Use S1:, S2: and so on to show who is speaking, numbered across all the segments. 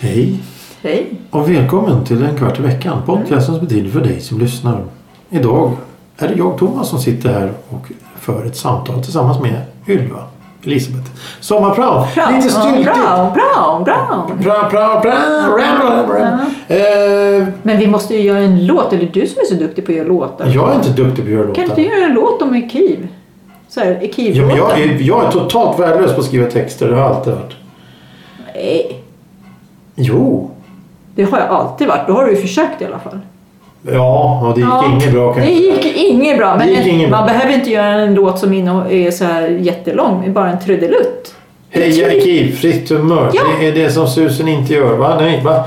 S1: Hej
S2: Hej.
S1: och välkommen till En kvart i veckan. Podcasten som är till för dig som lyssnar. Idag är det jag Thomas som sitter här och för ett samtal tillsammans med Ylva Elisabeth. Sommarprao! Lite styltigt!
S2: Bra, bra, bra.
S1: Bra, bra, bra, bra, bra, bra. Eh,
S2: Men vi måste ju göra en låt. Eller du som är så duktig på att göra låtar.
S1: jag är inte duktig på att göra låtar.
S2: Kan inte du göra en låt om Ekiv? Så här,
S1: Ja, men jag,
S2: Ekiv-låten.
S1: är, jag är totalt värdelös på att skriva texter. Det har jag alltid varit.
S2: Nej,
S1: Jo.
S2: det har jag alltid varit. Då har du ju försökt i alla fall.
S1: Ja, och det gick
S2: Ja.
S1: inget bra.
S2: Det
S1: Kan...
S2: gick inget bra. Men
S1: Det gick inget
S2: man
S1: bra.
S2: behöver inte göra en låt som inne- är så här jättelång. Det är bara en trudelutt.
S1: Heja Ekiv, fritt humör.
S2: Ja.
S1: Det är det som susen inte gör. Va? Nej, va?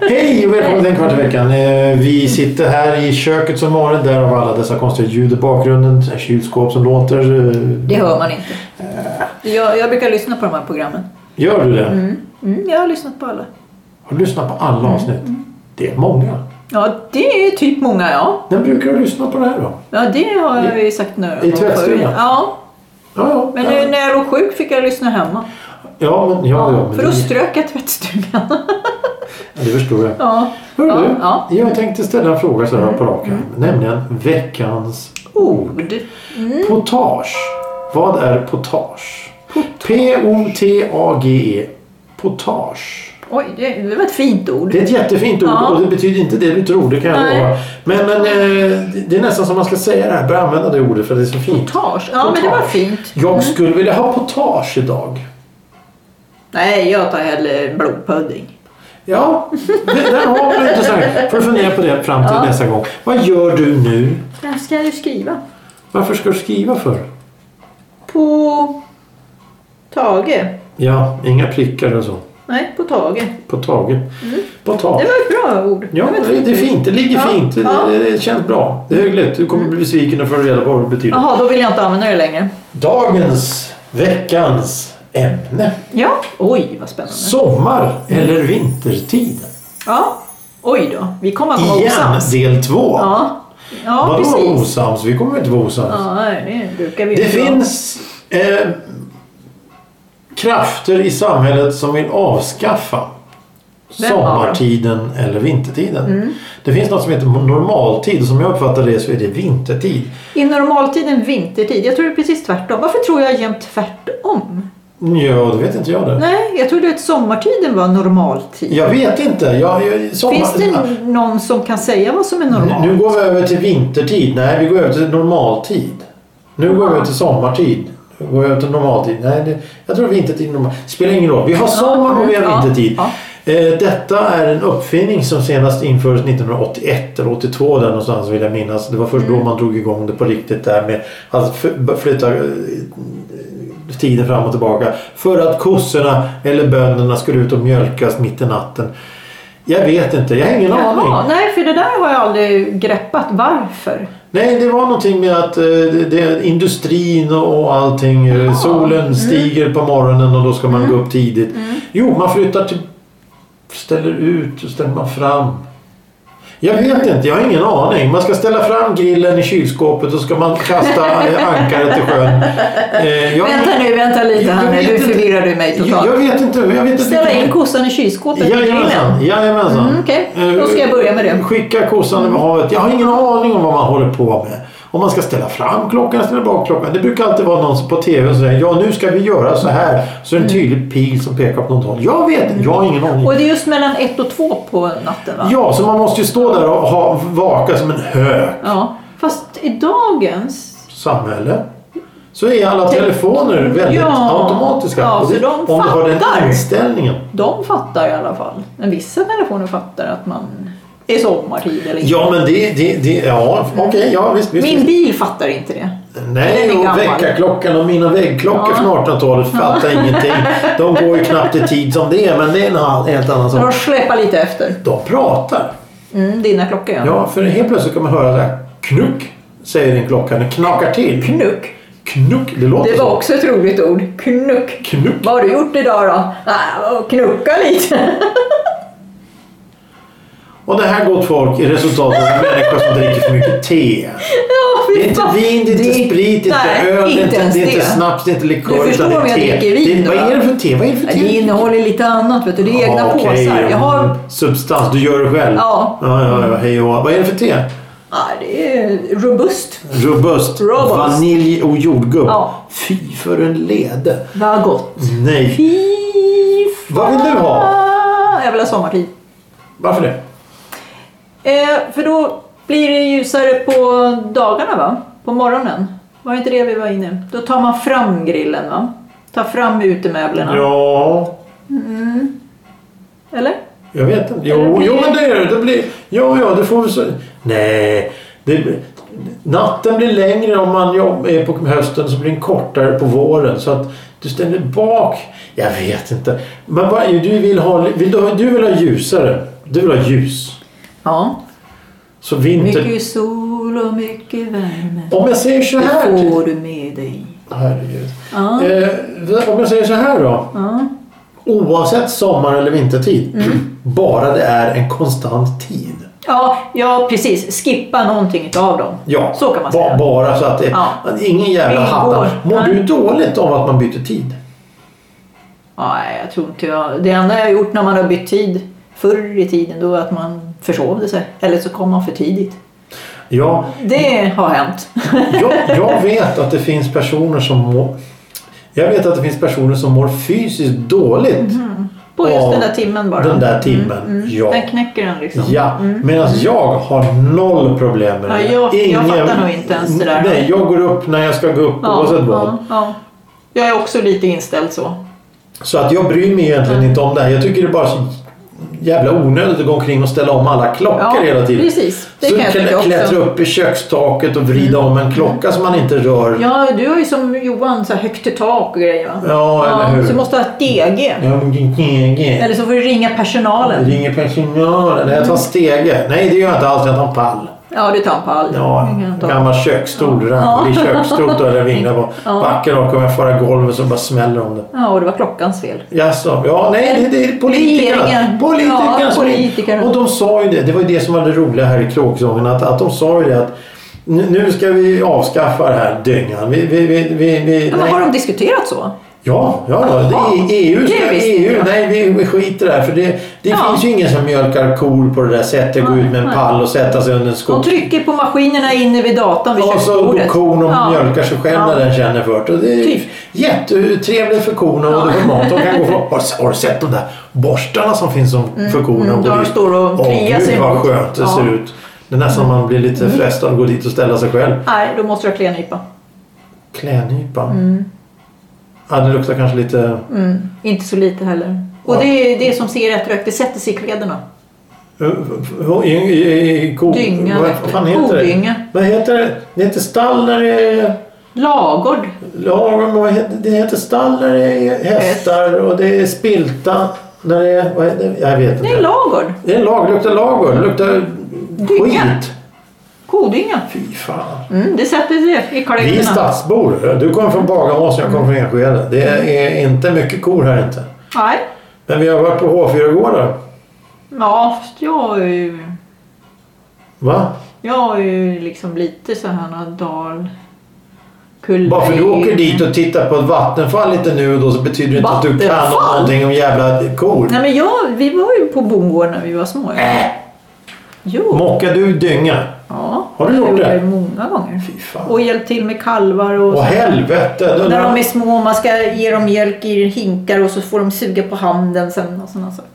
S1: Hej och välkommen till en kvart i veckan. Eh, Vi sitter här i köket som vanligt. Därav alla dessa konstiga ljud i bakgrunden. Kylskåp som låter. eh,
S2: Det hör man inte. Jag, jag brukar lyssna på de här programmen.
S1: Gör du det?
S2: Mm. Mm, jag har lyssnat på alla.
S1: Har du lyssnat på alla avsnitt? Det är många.
S2: Ja, det är typ många, ja.
S1: När brukar du lyssna på det här då?
S2: Ja, det har jag ju sagt några gånger
S1: tvättstugan?
S2: förut. Ja,
S1: Ja, ja.
S2: men
S1: ja.
S2: nu, när jag låg sjuk fick jag lyssna hemma.
S1: Ja, men, ja, ja, men
S2: För då
S1: det,
S2: strök jag tvättstugan.
S1: det förstår jag.
S2: ja.
S1: Hör
S2: ja,
S1: du?
S2: ja. Mm.
S1: Jag tänkte ställa en fråga så här på rak arm. Nämligen veckans
S2: Ord.
S1: Potage. Vad är potage? P-O-T-A-G-E. E. Potage.
S2: Oj, det, det var ett fint ord.
S1: Det är ett jättefint ord
S2: Ja.
S1: och det betyder inte det du tror, det kan jag
S2: Nej.
S1: lova. Men, men eh, det är nästan som man ska säga det här, börja använda det ordet för det är så fint.
S2: Potage. Ja, men det var fint. Mm.
S1: Jag skulle vilja ha potage idag.
S2: Nej, jag tar hellre blodpudding.
S1: Ja, det, där har vi det intressant. Får du fundera på det fram till nästa gång. Vad gör du nu?
S2: Jag ska ju skriva.
S1: Varför ska du skriva för?
S2: På Tage.
S1: Ja, inga prickar och så.
S2: Nej, på Tage.
S1: På taget. På
S2: Mm. Det
S1: taget.
S2: var ett bra ord.
S1: Ja,
S2: var ett
S1: det, det är
S2: ord.
S1: fint. Det ligger
S2: Ja,
S1: fint. Det,
S2: ja. Mm.
S1: det, det känns bra. Det är hyggligt. Du kommer bli besviken när du får reda på vad det betyder.
S2: Jaha, då vill jag inte använda det längre.
S1: Dagens, veckans ämne.
S2: Ja. Oj, vad spännande.
S1: Sommar eller vintertid?
S2: Ja. Oj då. Vi kommer att vara
S1: Igen,
S2: osams.
S1: del två.
S2: Ja, ja
S1: Vadå
S2: precis.
S1: osams? Vi kommer inte vara osams.
S2: Ja, nej, det brukar vi
S1: Det
S2: inte vara.
S1: finns eh, krafter i samhället som vill avskaffa
S2: Vem Mm. av dem?
S1: sommartiden eller vintertiden. Det finns något som heter normaltid och som jag uppfattar det så är det vintertid.
S2: I normaltiden vintertid. Jag tror det är precis tvärtom. Varför tror jag jämt tvärtom?
S1: Ja, det vet inte jag det.
S2: Nej, jag trodde att sommartiden var normaltid.
S1: Jag vet inte. Jag, jag, sommar...
S2: Finns det någon som kan säga vad som är normalt?
S1: Nu går vi över till vintertid. Nej, vi går över till normaltid. Nu går vi över till sommartid. Nu går vi över till normaltid. Nej, det, jag tror vintertid är normal. Spelar ingen roll. Vi har sommar och vi har
S2: ja,
S1: vintertid.
S2: ja.
S1: Eh, Detta är en uppfinning som senast infördes 1981 eller 82 där någonstans vill jag minnas. Det var först
S2: Mm.
S1: då man drog igång det på riktigt där med att f- flytta eh, tiden fram och tillbaka. För att kossorna eller bönderna skulle ut och mjölkas mitt i natten. Jag vet inte, jag har ingen aning.
S2: Jaha, nej, för det där har jag aldrig greppat. Varför?
S1: Nej, det var någonting med att eh, det, det, industrin och allting. eh, Solen
S2: Mm.
S1: stiger på morgonen och då ska man gå upp tidigt. Jo, man flyttar till... Ställer ut och ställer man fram. Jag vet
S2: Mm.
S1: inte, jag har ingen aning. Man ska ställa fram grillen i kylskåpet och ska man kasta eh, ankaret i sjön. Eh, jag,
S2: Vänta nu, vänta lite här
S1: Jag
S2: nu.
S1: vet
S2: Du
S1: inte.
S2: förvirrar du mig
S1: Jag, jag
S2: totalt.
S1: vet inte. Jag vet inte
S2: Ställa in kossan i kylskåpet i grillen.
S1: Jajamensan. Jajamensan.
S2: Mm, okej. Då ska jag börja med det.
S1: Skicka kossan över havet. Jag har ingen aning om vad man håller på med. Om man ska ställa fram klockan, ställa bak klockan. Det brukar alltid vara någon som på TV som säger ja nu ska vi göra så här. Så är det en
S2: Mm.
S1: tydlig pil som pekar på något håll. Jag vet inte. Jag har ingen aning.
S2: Och det är just mellan ett och två på natten va?
S1: Ja, så man måste ju stå där och ha, vaka som en hö.
S2: ja. Fast i dagens
S1: samhälle så är alla telefoner väldigt
S2: Ja.
S1: automatiska.
S2: Ja,
S1: Och
S2: så
S1: det-
S2: de
S1: om du har den
S2: fattar.
S1: inställningen.
S2: De fattar i alla fall. Men vissa telefoner fattar att man är sommartid eller inte.
S1: Ja, men det... det, det ja, okej. ja, visst. visst
S2: Min bil fattar inte det. Den
S1: Nej,
S2: är
S1: och
S2: gammal.
S1: väckarklockan och mina väggklockor
S2: Ja.
S1: från 1800-talet fattar ingenting. De går ju knappt i tid som det är, men det är en all- helt annan
S2: Så de
S1: sak.
S2: släpar lite efter.
S1: De pratar.
S2: Mm, dina klockor ja.
S1: Ja, för helt plötsligt kan man höra det här knuck, säger en klocka. Den knakar till.
S2: Knuck.
S1: Knuck, det låter
S2: Det var
S1: så.
S2: också ett roligt ord. Knuck.
S1: Knuck.
S2: Vad har du gjort idag då? Ah, knucka lite.
S1: Och det här gott folk är resultatet av en människa som dricker för mycket te.
S2: Ja, fy
S1: Det är inte
S2: fan.
S1: vin, det är inte sprit, det är inte
S2: nej,
S1: öl, det är inte,
S2: ens
S1: det är inte snaps, det är inte likör.
S2: Du förstår
S1: utan det
S2: om
S1: är
S2: jag
S1: te.
S2: dricker vin
S1: det, Vad
S2: då?
S1: är det för te? Vad är det för
S2: Ja,
S1: te?
S2: Det innehåller lite annat, vet du. Det är egna
S1: Ja, okej,
S2: påsar. Jag har...
S1: mm, Substans, du gör det själv?
S2: Ja.
S1: Ja, ja, ja hej och hå. Vad är det för te?
S2: Ah, det är robust.
S1: Robust,
S2: Robust.
S1: vanilj och jordgubb.
S2: Ja.
S1: Fy för en lede.
S2: Vad gott.
S1: Nej.
S2: Fy
S1: Vad vill du ha?
S2: fan. Jag vill ha sommartid.
S1: Varför det?
S2: Eh, för då blir det ljusare på dagarna, va? På morgonen. Var det inte det vi var inne Då tar man fram grillen, va? Tar fram utemöblerna.
S1: Ja,
S2: Eller?
S1: jag vet inte. Jo,
S2: blir-
S1: jo men det är det. det. Blir, ja, ja, det får vi så. Nej. Det, natten blir längre om man jobb, är på hösten så blir den kortare på våren. Så att du ställer bak. Jag vet inte. Men vad, är det du, vill ha, vill du, ha- du vill ha ljusare. Du vill ha ljus.
S2: Ja.
S1: Så vinter...
S2: Mycket sol och mycket värme.
S1: Om jag säger så här.
S2: Det
S1: till-
S2: får du med dig.
S1: Herregud.
S2: typ. Ja.
S1: Eh, om jag säger så här då.
S2: Ja. Mm.
S1: Oavsett sommar eller vintertid. Bara det är en konstant tid.
S2: Ja, ja, precis. Skippa någonting av dem.
S1: Ja,
S2: Så kan man
S1: ba-
S2: säga.
S1: bara så att det,
S2: Ja.
S1: att ingen jävla
S2: Ingen
S1: hattar.
S2: går.
S1: Mår
S2: Nej.
S1: du dåligt av att man byter tid?
S2: Nej, jag tror inte jag. Det enda jag har gjort när man har bytt tid förr i tiden då är att man försovde sig. Eller så kom man för tidigt.
S1: Ja,
S2: Det har hänt.
S1: jag, jag vet att det finns personer som mår... Jag vet att det finns personer som mår fysiskt dåligt
S2: Mm-hmm. På just
S1: av
S2: den där timmen bara. Mm-hmm.
S1: Den där timmen, ja.
S2: Den knäcker den liksom.
S1: Ja, medan jag har noll problem med det.
S2: Ja, jag- jag fattar nog inte ens det där.
S1: Nej, jag går upp när jag ska gå upp
S2: Ja,
S1: oavsett vad.
S2: ja, ja. Jag är också lite inställd så.
S1: Så att jag bryr mig egentligen inte om det här. Jag tycker det är bara så jävla onödigt att gå omkring och ställa om alla klockor
S2: Ja,
S1: hela tiden.
S2: precis. Det
S1: så
S2: kan jag tycka också. Mm.
S1: klättra upp i kökstaket och vrida om en klocka som man inte rör.
S2: Ja, du har ju som Johan så här högt i tak och grejer va?
S1: Ja, eller hur?
S2: Så du måste ha ett DG.
S1: Ja, men din knege.
S2: Eller så får du ringa
S1: Det
S2: personalen.
S1: ringer personalen. Nej, Jag tar stege. Nej, det gör jag inte alls. Jag tar en pall.
S2: Ja, du tar en pall.
S1: Ja,
S2: Det kan jag ta.
S1: gammal köksstol. Ranglig köksstol då jag vinglar på. Backar och kommer jag fara golvet så bara smäller om det.
S2: ja, och det var klockans fel.
S1: Jaså? Ja, nej, det, det är politikerna.
S2: Regeringen.
S1: Politikerna.
S2: Ja,
S1: som-
S2: politikerna.
S1: Och de sa ju det. Det var ju det som var det roliga här i kråksången. Att, att de sa ju det att nu nu ska vi avskaffa det här dyngan. Vi, vi, vi, vi, vi,
S2: Ja, men
S1: nej.
S2: har de diskuterat så?
S1: Ja, ja, ja. Det
S2: Jaha.
S1: är E EU, ska,
S2: Det visste
S1: EU
S2: jag.
S1: nej vi, vi skiter i det här. För det, det
S2: Ja.
S1: finns ju ingen som mjölkar kor på det där sättet. Gå
S2: Nej,
S1: ut med en
S2: nej.
S1: pall och sätta sig under en skog.
S2: De trycker på maskinerna inne vid datorn vid
S1: Och så går
S2: köksbordet.
S1: kon och
S2: Ja.
S1: mjölkar sig själv när den känner för det. Och det är
S2: Typ.
S1: jättetrevligt för korna och det får mat. De kan gå för, har, du- har du sett de där borstarna som finns som, för korna?
S2: mm,
S1: gå
S2: där
S1: dit?
S2: står och
S1: Åh,
S2: kliar
S1: gud,
S2: sig
S1: vad
S2: emot.
S1: skönt det
S2: Ja. Mm.
S1: ser ut. Det är nästan man blir lite frestad att gå dit och ställa sig själv.
S2: Nej, då måste du ha klädnypa.
S1: Klädnypa. Ja, det luktar kanske lite...
S2: Mm. Inte så lite heller. Och
S1: Ja.
S2: det är det som ser rätt rök, det sätter sig i kläderna.
S1: I, i, i, ko,
S2: Dynga,
S1: Vad
S2: vet du.
S1: fan heter
S2: Kodynga.
S1: det? Vad heter det? Det heter stall när det är...
S2: Lagård.
S1: Lagom, vad heter, det heter stall när det är hästar och det är spilta när det är... Vad är det? Jag vet
S2: Det är
S1: inte.
S2: lagård.
S1: Det är lag, luktar lagor, luktar
S2: Dynga.
S1: skit.
S2: Kodynga.
S1: Fy fan.
S2: Mm, det sätter sig i
S1: Vi är
S2: kläderna.
S1: stadsbor. Du kommer från Bagarmossen och jag kommer från Enskede. Det
S2: Mm.
S1: är inte mycket kor här inte.
S2: Nej.
S1: Men vi har varit på H4-gårdar.
S2: Ja, fast jag är ju...
S1: Va?
S2: Jag är ju liksom lite så här några dal...
S1: Bara för du åker dit och tittar på ett vattenfall lite nu och då så betyder det inte att du kan om
S2: Vattenfall?
S1: någonting om jävla kor.
S2: Nej men jag, vi var ju på bondgården när vi var små.
S1: Äh,
S2: Jo.
S1: mockar du dynga?
S2: Ja,
S1: Har du gjort
S2: gjorde
S1: det?
S2: jag många gånger.
S1: Fy fan.
S2: Och hjälpt till med kalvar och...
S1: Åh helvete! Då-
S2: när de är små, man ska ge dem mjölk i hinkar och så får de suga på handen sen och sådana saker.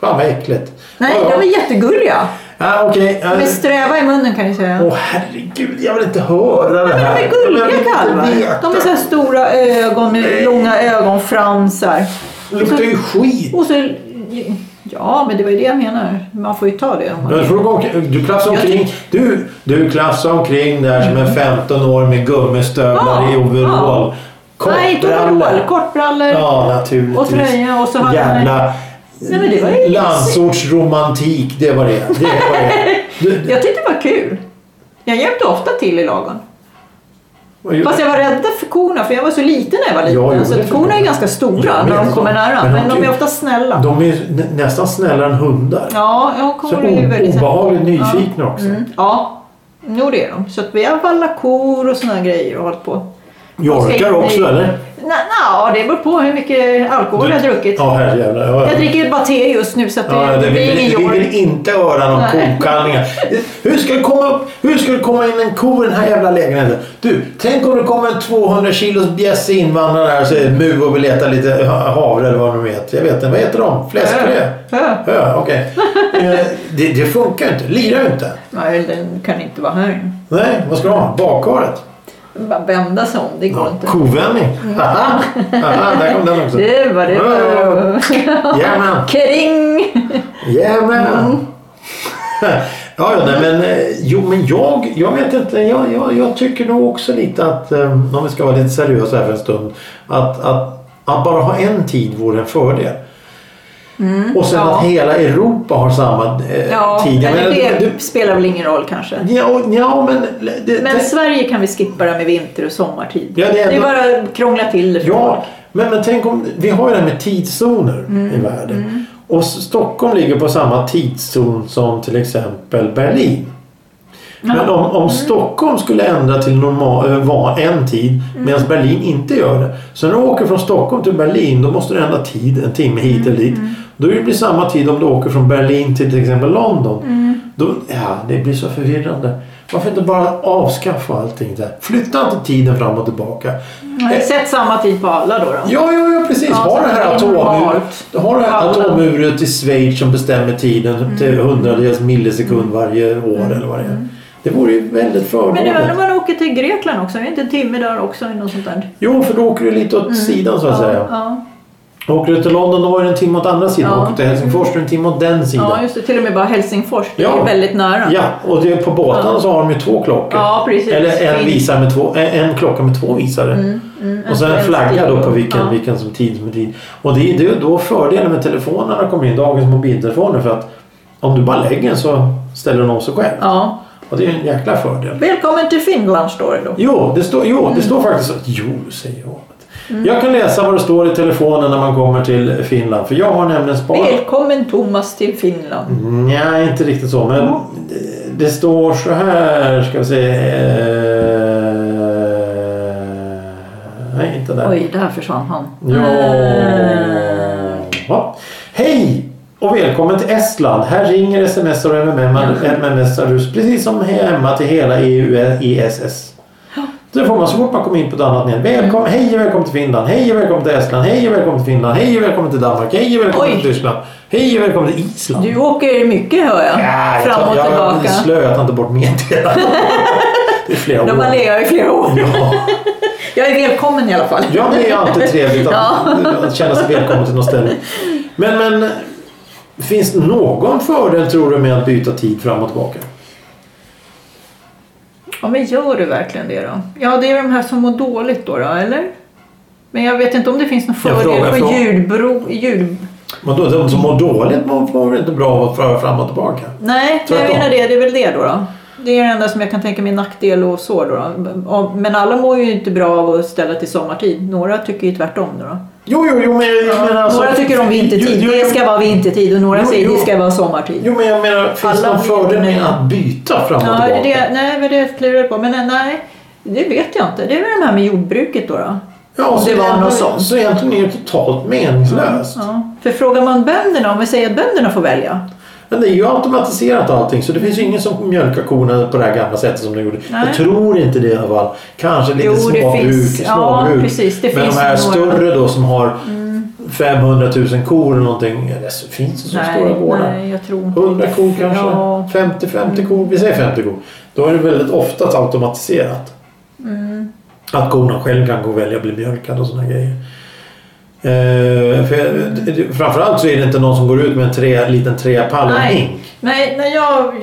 S1: Fan vad äckligt.
S2: Nej,
S1: ja,
S2: de
S1: ja.
S2: är jättegulliga.
S1: Ah, okej. eh.
S2: Med sträva i munnen kan jag säga.
S1: Åh herregud, jag vill inte höra det
S2: Men de
S1: här.
S2: är gulliga
S1: Jag vill inte
S2: kalvar.
S1: veta.
S2: De är så här stora ögon med långa ögonfransar.
S1: luktar ju skit.
S2: Och så... Ja, men det var ju det jag menar. Man får ju ta det. Om man
S1: Men
S2: vill.
S1: får du, gå omkring- du klassar
S2: Jag Mm.
S1: omkring, du, du klassar omkring där som en 15 år med gummistövlar
S2: Ja,
S1: i overall.
S2: ja. Nej, inte overall. Kortbrallor.
S1: Ja, naturligtvis.
S2: Och tröja och så hade han-
S1: Jävla
S2: Nej, men det var ju
S1: landsortsromantik, det var det. det, var det. Du,
S2: Jag tyckte det var kul. Jag hjälpte ofta till i lagen.
S1: Och ju-
S2: Fast jag var rädd för korna för jag var så liten när jag var liten.
S1: Ja, jo,
S2: så
S1: det
S2: att
S1: förstår
S2: korna är
S1: jag.
S2: ganska stora
S1: Ja, men
S2: när de
S1: alltså,
S2: kommer nära. Men,
S1: men de
S2: de är
S1: typ-
S2: ofta snälla.
S1: De är nä- nästan snällare än hundar.
S2: Ja, ja
S1: Så
S2: kor är ju väldigt
S1: o- obehagligt nyfikna
S2: Ja.
S1: också.
S2: Mm, ja, jo det är de. Så att vi har vallat kor och såna grejer och hållit på.
S1: Jorkar också eller?
S2: Nej, nej, det beror på hur mycket alkohol jag har druckit.
S1: Ja, herrejävlar. Ja, ja.
S2: Jag dricker bara te just nu så att det,
S1: Ja,
S2: det
S1: det, vi,
S2: blir ingen
S1: vill, vi
S2: jork.
S1: vill inte höra någon
S2: Nej.
S1: kokallningar. Hur ska, det komma upp, hur ska det komma in en ko i den här jävla lägenheten? Du, tänk om det kommer en 200 kilos bjässe invandrare här och säger mu och vill äta lite ha- havre eller vad de heter. Jag vet inte, vad heter de? Fläskfilé?
S2: Hö. Hö.
S1: Hö, okej. Eh, det, det funkar ju inte. Lirar ju inte.
S2: Nej, den kan inte vara här.
S1: Nej, vad ska de ha? Bakharet?
S2: Bara vända sig om, det går
S1: Ja,
S2: inte.
S1: kovändning. Haha, Haha, där kom den också.
S2: Det var det.
S1: Ja. Jajamän.
S2: Kering! Mm.
S1: Jajamän! ja, ja, nej, men, eh, jo, men jag, jag vet inte. Jag, jag, jag tycker nog också lite att, eh, om vi ska vara lite seriösa här för en stund, att, att, att bara ha en tid vore en fördel. och sen
S2: Mm. ja.
S1: att hela Europa har samma eh,
S2: Ja,
S1: tid. Jag
S2: eller
S1: menar,
S2: det
S1: du,
S2: spelar väl ingen roll kanske.
S1: du, ja, ja, men... Det,
S2: Men
S1: det-
S2: Sverige kan vi skippa det här med vinter och sommartid.
S1: Ja, det är ändå-
S2: bara krångla till det för
S1: Ja,
S2: folk.
S1: men, men tänk om... Vi har ju det här med tidszoner i världen. Och S- Stockholm ligger på samma tidszon som till exempel Berlin. Men om, om Stockholm skulle ändra till normal, eh, var en tid medan Berlin inte gör det. Så när du åker från Stockholm till Berlin då måste du ändra tid en timme hit eller dit. Då blir det samma tid om du åker från Berlin till till exempel London. Då, ja, det blir så förvirrande. Varför inte bara avskaffa allting där? Flytta inte tiden fram och tillbaka.
S2: Nej, Sätt samma tid på alla då. då.
S1: Ja, ja, ja precis.
S2: Ja,
S1: har
S2: så
S1: det här,
S2: att det är
S1: atomur,
S2: normalt.
S1: har det här
S2: Ja. Mm.
S1: atomuret i Schweiz som bestämmer tiden till hundradels millisekund varje år eller vad det är. Det vore ju väldigt
S2: Men det var när
S1: förmånligt.
S2: man åker till Grekland också, är det inte en timme där också? eller Något sånt där?
S1: Jo, för då åker du lite åt sidan så att säga.
S2: Mm. Ja,
S1: Åker du till London då var det en timme åt andra sidan.
S2: Ja.
S1: Åker du till Helsingfors då är det en timme åt den sidan.
S2: ja, just det. Till och med bara Helsingfors, det är ju väldigt nära.
S1: Ja, och det, på båtarna
S2: Ja.
S1: så har de ju två klockor.
S2: Ja, precis.
S1: Eller en,
S2: Fin- Mm,
S1: visare med två, en, en klocka med två visare. och sen en
S2: svensk
S1: flagga då
S2: tid.
S1: på vilken,
S2: Ja.
S1: vilken som tid som är tid. Och det är ju då fördelen med telefonerna kommer in, dagens mobiltelefoner. För att om du bara lägger den så ställer den om sig själv.
S2: Ja.
S1: Och det är ju en jäkla fördel.
S2: Välkommen till Finland står det då.
S1: Jo, det står, jo,
S2: Mm.
S1: det står faktiskt så. Jo, säger jag. Jag kan läsa vad det står i telefonen när man kommer till Finland. För jag har nämligen sparat.
S2: Välkommen Thomas till
S1: Mm.
S2: Finland.
S1: Nej, inte riktigt så. Men
S2: Ja.
S1: det- det står så här, ska vi se. eh, Nej, inte där.
S2: Oj, där försvann han.
S1: Ja.
S2: Eh,
S1: Ja. Hej och välkommen till Estland. Här ringer sms och MMS rus precis som hemma till hela E EU ESS. Det får man så fort man kommer in på ett annat nät.
S2: Mm.
S1: Välkommen, hej och välkommen till Finland. Hej och välkommen till Estland. Hej och välkommen till Finland. Hej och välkommen till Danmark. Hej och välkommen
S2: Oj.
S1: till Tyskland. Hej och välkommen till Island.
S2: Du åker mycket hör jag.
S1: Ja, jag
S2: Fram
S1: tar-
S2: och
S1: Jag är
S2: tillbaka.
S1: slö, jag tar inte bort meddelanden. Det är flera
S2: De
S1: år.
S2: har legat i flera år.
S1: Ja.
S2: Jag är välkommen i alla fall.
S1: ja, det är alltid trevligt att, att känna sig välkommen till något ställe. Men, men finns det någon fördel tror du med att byta tid fram och tillbaka?
S2: Ja, men gör du verkligen det då? Ja, det är de här som mår dåligt då, då eller? Men jag vet inte om det finns någon
S1: Jag
S2: fördel
S1: frågar,
S2: på
S1: jag frågar.
S2: ljudbro... Ljud...
S1: Vadå, de som mår dåligt mår mår väl inte bra av att föra fram och tillbaka?
S2: Nej, men jag
S1: Tvärtom.
S2: menar det. Det är väl det då. då. Det är det enda som jag kan tänka mig nackdel och så. Då då. Och- Men alla mår ju inte bra av att ställa till sommartid. Några tycker ju tvärtom. Då då.
S1: Jo, jo, jo, men jag menar alltså...
S2: några tycker om vintertid.
S1: Jo, jo,
S2: det ska vara vintertid och några
S1: Jo,
S2: säger
S1: jo.
S2: det ska vara sommartid.
S1: Jo, men jag menar, finns det
S2: Alla
S1: någon fördel
S2: vill-
S1: med att byta fram och
S2: Ja, det,
S1: tillbaka?
S2: är det, nej, men det klurar jag på. Men eh, nej, det vet jag inte. Det är väl det här med jordbruket då. då.
S1: Ja, så
S2: Det var
S1: egentligen-
S2: något sånt.
S1: Så egentligen är det totalt meningslöst.
S2: Ja. För frågar man bönderna, om vi säger att bönderna får välja.
S1: Men det är ju automatiserat allting så det finns ju ingen som mjölkar korna på det här gamla sättet som de gjorde.
S2: Nej.
S1: Jag tror inte det i alla fall. Kanske lite
S2: Jo, det
S1: småbruk.
S2: finns. Ja,
S1: småbruk.
S2: precis. Det
S1: Men
S2: finns
S1: de här
S2: några. Mm.
S1: större då som har 500 000 kor eller någonting. Eller så finns det så stora gårdar.
S2: nej, jag tror inte
S1: 100
S2: det.
S1: kor kanske?
S2: Ja.
S1: 50, 50 kor? Vi säger 50 kor. Då är det väldigt ofta automatiserat.
S2: Mm.
S1: Att korna själv kan gå och välja att bli mjölkad och sådana grejer. Eh, för, det- Framförallt så är det inte någon som går ut med en tre, liten träpall och en
S2: Nej.
S1: hink.
S2: nej, när jag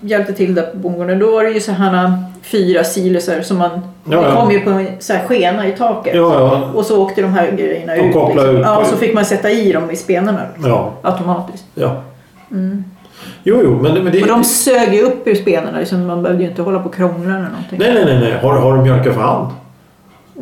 S2: hjälpte till där på bondgården då var det ju så här eh, fyra silosar som man...
S1: Ja,
S2: Det
S1: ja.
S2: kom ju på en så här skena i taket.
S1: Ja, ja.
S2: Och så åkte de här grejerna
S1: De
S2: ut. liksom.
S1: kopplade ut.
S2: Ja, och så fick man sätta i dem i spenarna
S1: Ja,
S2: automatiskt.
S1: ja. Jo, jo, men, det- men det...
S2: Mm. Och de sög ju upp ur spenarna, liksom, man behövde ju inte hålla på och krångla eller någonting.
S1: Nej, nej, nej. nej. Har, har de mjölkat för hand?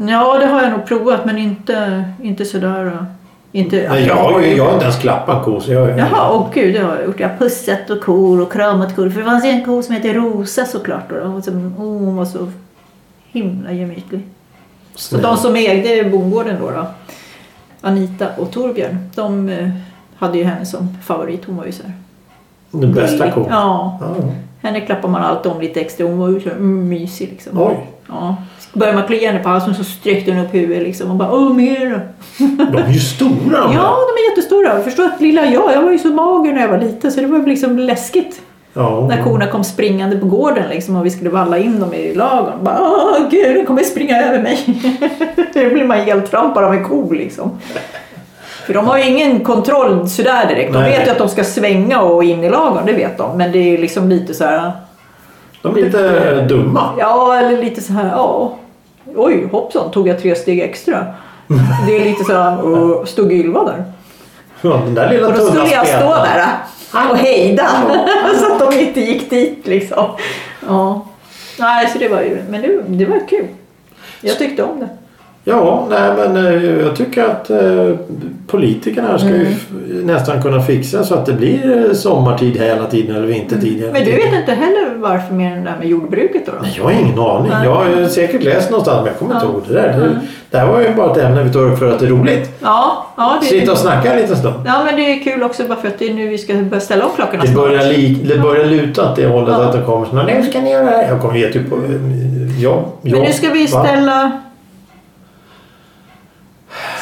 S2: Ja, det har jag nog provat men inte, inte sådär. och Inte,
S1: Nej, jag, har ju- jag har inte ens klappat ko. Så jag,
S2: Jaha, åh gud, det har jag gjort. Jag har pussat och kor och kramat kor. För det fanns ju en ko som hette Rosa såklart. Och hon, som, oh, hon var så himla gemytlig. Så
S1: Snäll.
S2: de som ägde bondgården då, då, Anita och Torbjörn, de eh, hade ju henne som favorit. Hon var ju så här.
S1: Den bästa
S2: gullig.
S1: kon.
S2: Mm. Ja,
S1: Ja.
S2: henne klappar man alltid om lite extra. Hon var ju så här, mm, mysig liksom.
S1: Oj,
S2: Ja. Började man klia henne på halsen så sträckte hon upp huvudet liksom och bara åh mer då.
S1: de är ju stora de här.
S2: Ja, de är jättestora. Förstå att lilla jag, jag var ju så mager när jag var liten så det var liksom läskigt
S1: ja.
S2: när korna kom springande på gården liksom, och vi skulle valla in dem i lag. Och bara, Åh, gud, de kommer springa över mig. Då blir man helt trampad av en ko liksom. För de har ju ingen kontroll sådär direkt. De
S1: Nej.
S2: vet ju att de ska svänga och in i lagen, det vet de. Men det är liksom lite så här,
S1: De är lite eh, dumma.
S2: ja eller lite så här, ja. Oj, hoppsan, tog jag tre steg extra? Det är lite så här, "Åh, stod Ylva där?
S1: Ja, den där lilla
S2: Och då
S1: tunna
S2: skulle jag stå
S1: spelaren.
S2: där ah, och hejda så att de inte gick dit liksom. Ja. Nej, så det var ju, men det, det var kul. Jag tyckte om det.
S1: Ja, nej men eh, jag tycker att eh, politikerna ska ju
S2: Mm.
S1: f- nästan kunna fixa så att det blir eh, sommartid hela tiden eller vintertid hela
S2: Mm. Men du
S1: tiden.
S2: vet inte heller varför mer än det där med jordbruket då? då?
S1: Nej, jag har ingen aning.
S2: Nej.
S1: Jag har ju säkert läst någonstans men jag kommer inte
S2: Ja. Mm.
S1: ihåg det där. Det, det här var ju bara ett ämne vi tar upp för att det är roligt.
S2: Ja, ja, det,
S1: Sitta och snacka en liten stund.
S2: ja, men det är kul också bara för att det är nu vi ska börja ställa om klockorna
S1: Det börjar,
S2: snart.
S1: li, det börjar luta åt det hållet
S2: Ja.
S1: att det kommer sådana nu ska ni göra det här. Jag kommer ge typ på... Ja, ja,
S2: Men nu ska vi
S1: va?
S2: ställa...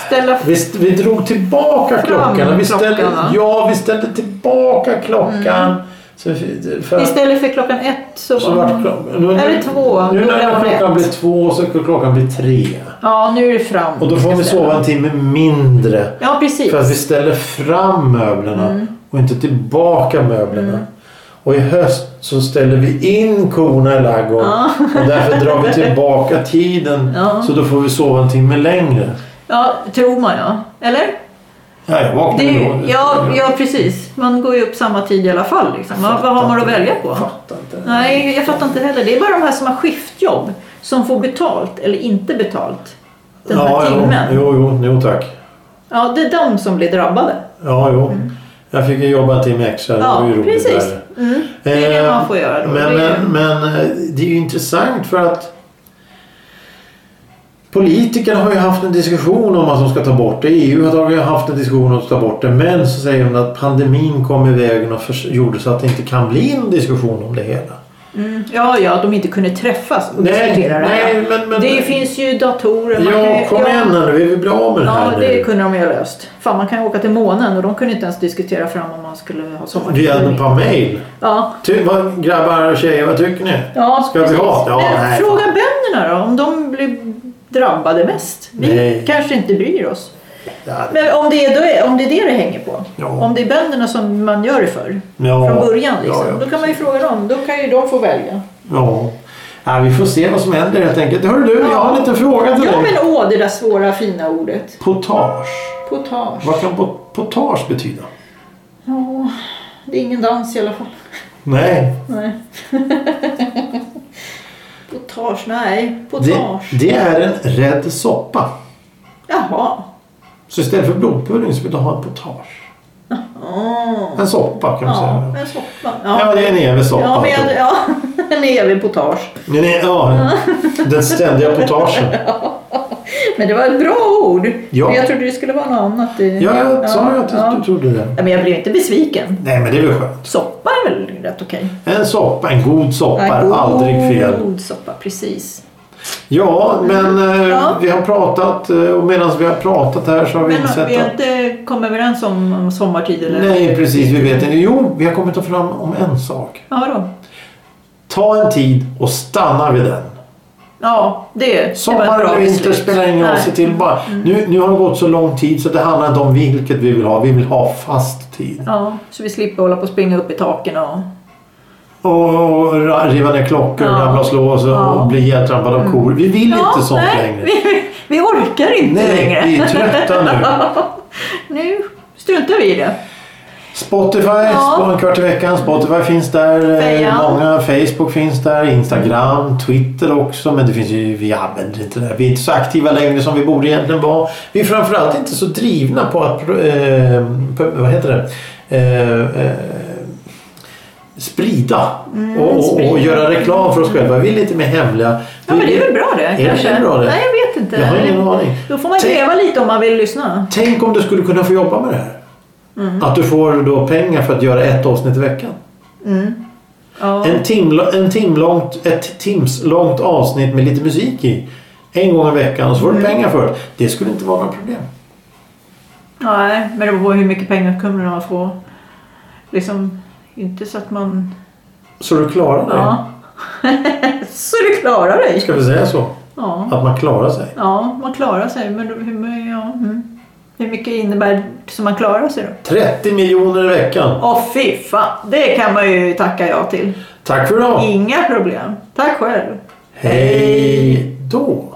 S2: Ställa...
S1: Vi, st- vi drog tillbaka
S2: Fram
S1: klockan. Vi ställde,
S2: klockan, va? Mm.
S1: ja, vi ställde tillbaka klockan. Så, vi- för,
S2: Istället för klockan ett så...
S1: så vart klockan... Nu,
S2: Eller två,
S1: Nu
S2: då blev
S1: när
S2: hon
S1: klockan
S2: ett.
S1: blir två så ska klockan bli tre.
S2: Ja, nu är det fram.
S1: Och då får
S2: ska
S1: vi
S2: ställa.
S1: sova en timme mindre.
S2: Ja, precis. Mm.
S1: För att vi ställer fram möblerna och inte tillbaka möblerna. Och i höst så ställer vi in korna i ladugården. Och därför drar vi tillbaka tiden.
S2: Ja.
S1: Så då får vi sova en timme längre.
S2: Ja, tror man ja. Eller?
S1: Ja, jag vaknar
S2: Det,
S1: då.
S2: ja, ja, precis. Man går ju upp samma tid i alla fall. Liksom. Vad, vad har man att välja
S1: Jag
S2: på?
S1: fattar inte.
S2: Nej, jag fattar inte heller. Det är bara de här som har skiftjobb som får betalt eller inte betalt den här
S1: ja,
S2: timmen.
S1: Jo, jo, jo, jo tack.
S2: Ja, det är de som blir drabbade.
S1: Ja, jo. Jag fick ju jobba en timme extra. det var
S2: Mm. Ja,
S1: ju roligt
S2: precis.
S1: där.
S2: Mm. Det är det
S1: Eh,
S2: man får göra då.
S1: Men,
S2: Det är-
S1: men, men eh, det är ju intressant för att politikerna har ju haft en diskussion om att de ska ta bort det. EU har tagit- haft en diskussion om att ta bort det. Men så säger de att pandemin kom i vägen och förs- gjorde så att det inte kan bli någon diskussion om det hela.
S2: mm. Ja, ja, att de inte kunde träffas och
S1: Nej,
S2: diskutera det här.
S1: nej, men- men-
S2: det finns ju datorer. man kan
S1: Ja,
S2: ju-
S1: kom
S2: ja.
S1: igen nu. Vi vill bli av med det
S2: Ja,
S1: här
S2: det
S1: nu.
S2: kunde de ju ha löst. Fan, man kan ju åka till månen och de kunde inte ens diskutera fram om man skulle ha sommar.
S1: Vi hade ett par mejl.
S2: Ja,
S1: Ty, vad, grabbar och tjejer, vad tycker ni?
S2: ja
S1: Ska vi ha?
S2: precis.
S1: Ja,
S2: Men
S1: nej.
S2: Fråga bönderna då, om de blir drabbade mest. Vi
S1: Nej.
S2: kanske inte bryr oss.
S1: Ja,
S2: Men om det är, då är, om det, är det det hänger på.
S1: Ja.
S2: Om det är bönderna som man gör det för.
S1: Ja.
S2: Från början liksom.
S1: Ja, ja,
S2: Då kan man ju fråga dem. Då kan ju de få välja.
S1: Ja. ja, vi får se vad som händer helt enkelt. Hör du, jag har en liten fråga till
S2: Ja
S1: dig.
S2: men åh, det där svåra fina ordet.
S1: Potage.
S2: Potage.
S1: Vad kan po- potage betyda?
S2: Ja, det är ingen dans i alla fall.
S1: Nej,
S2: Nej. Potage, nej.
S1: det,
S2: Potage.
S1: det är en rädd soppa.
S2: Jaha.
S1: Så istället för blodpudding så vill du ha en potage.
S2: Oh.
S1: En soppa kan man
S2: Ja,
S1: säga.
S2: en soppa.
S1: Ja, det är en evig soppa.
S2: Ja, men jag, ja, en evig potage.
S1: Nej, nej, ja, den ständiga potagen.
S2: Men det var ett bra ord.
S1: Ja.
S2: Men jag trodde det skulle vara något annat. i-
S1: Ja, jag sa ju att du
S2: ja.
S1: du trodde det.
S2: Ja, Men jag blev inte besviken.
S1: Nej, men det är väl skönt.
S2: Soppa är väl rätt okej?
S1: En soppa, en god soppa,
S2: Ja,
S1: är aldrig fel.
S2: God soppa, precis.
S1: Ja, men eh,
S2: Ja.
S1: vi har pratat eh, och medan vi har pratat här så har vi
S2: Men
S1: insett
S2: vi
S1: att...
S2: har inte kommit överens om, om sommartid eller?
S1: Nej, precis. Vi vet inte. Jo, vi har kommit fram om en sak.
S2: Ja, då.
S1: Ta en tid och stanna vid den.
S2: ja det, det var ett
S1: Sommar
S2: bra
S1: eller vinter
S2: beslut.
S1: spelar ingen roll.
S2: Nej. Mm.
S1: Se till bara. Nu, nu har det gått så lång tid så det handlar inte om vilket vi vill ha. Vi vill ha fast tid.
S2: Ja, så vi slipper hålla på och springa upp i taken och...
S1: Och, och ra- riva ner klockor och
S2: Ja.
S1: ramla och slå oss och,
S2: Ja. Mm.
S1: och bli ihjältrampad av kor. Vi vill inte sånt
S2: nej,
S1: längre.
S2: Vi, vi orkar inte
S1: Nej,
S2: längre.
S1: vi är trötta nu.
S2: nu struntar vi i det.
S1: Spotify,
S2: Ja.
S1: en kvart i veckan. Spotify finns där. eh,
S2: Fejan.
S1: Många. Facebook finns där. Instagram, Twitter också. Men det finns ju, vi använder inte det. där. Vi är inte så aktiva längre som vi borde egentligen vara. Vi är framförallt inte så drivna på att... Eh, på, vad heter det? Eh, eh, sprida. och, och,
S2: Mm, sprida. Mm.
S1: och göra reklam för oss själva. Vi är lite mer hemliga.
S2: Ja, men det är väl bra det
S1: Är det
S2: kanske?
S1: bra det?
S2: Nej, jag vet inte.
S1: Jag har ingen aning.
S2: Då får man
S1: Tänk-
S2: leva lite om man vill lyssna.
S1: Tänk om du skulle kunna få jobba med det här.
S2: Mm.
S1: Att du får då pengar för att göra ett avsnitt i veckan.
S2: Ja.
S1: En, tim, en tim långt, ett timslångt avsnitt med lite musik i. En gång i veckan och så får du pengar för det. Det skulle inte vara några problem.
S2: Nej, men det beror på hur mycket pengar kommer man få. Liksom, inte så att man...
S1: Så du klarar dig.
S2: Ja. så du klarar dig.
S1: Ska vi säga så?
S2: Ja.
S1: Att man klarar sig.
S2: ja, man klarar sig. Men då- hur, ja, mm. hur mycket innebär det som man klarar sig då?
S1: 30 miljoner i veckan.
S2: Åh fy fan, det kan man ju tacka ja till.
S1: Tack för idag.
S2: Inga problem. Tack själv.
S1: Hej då.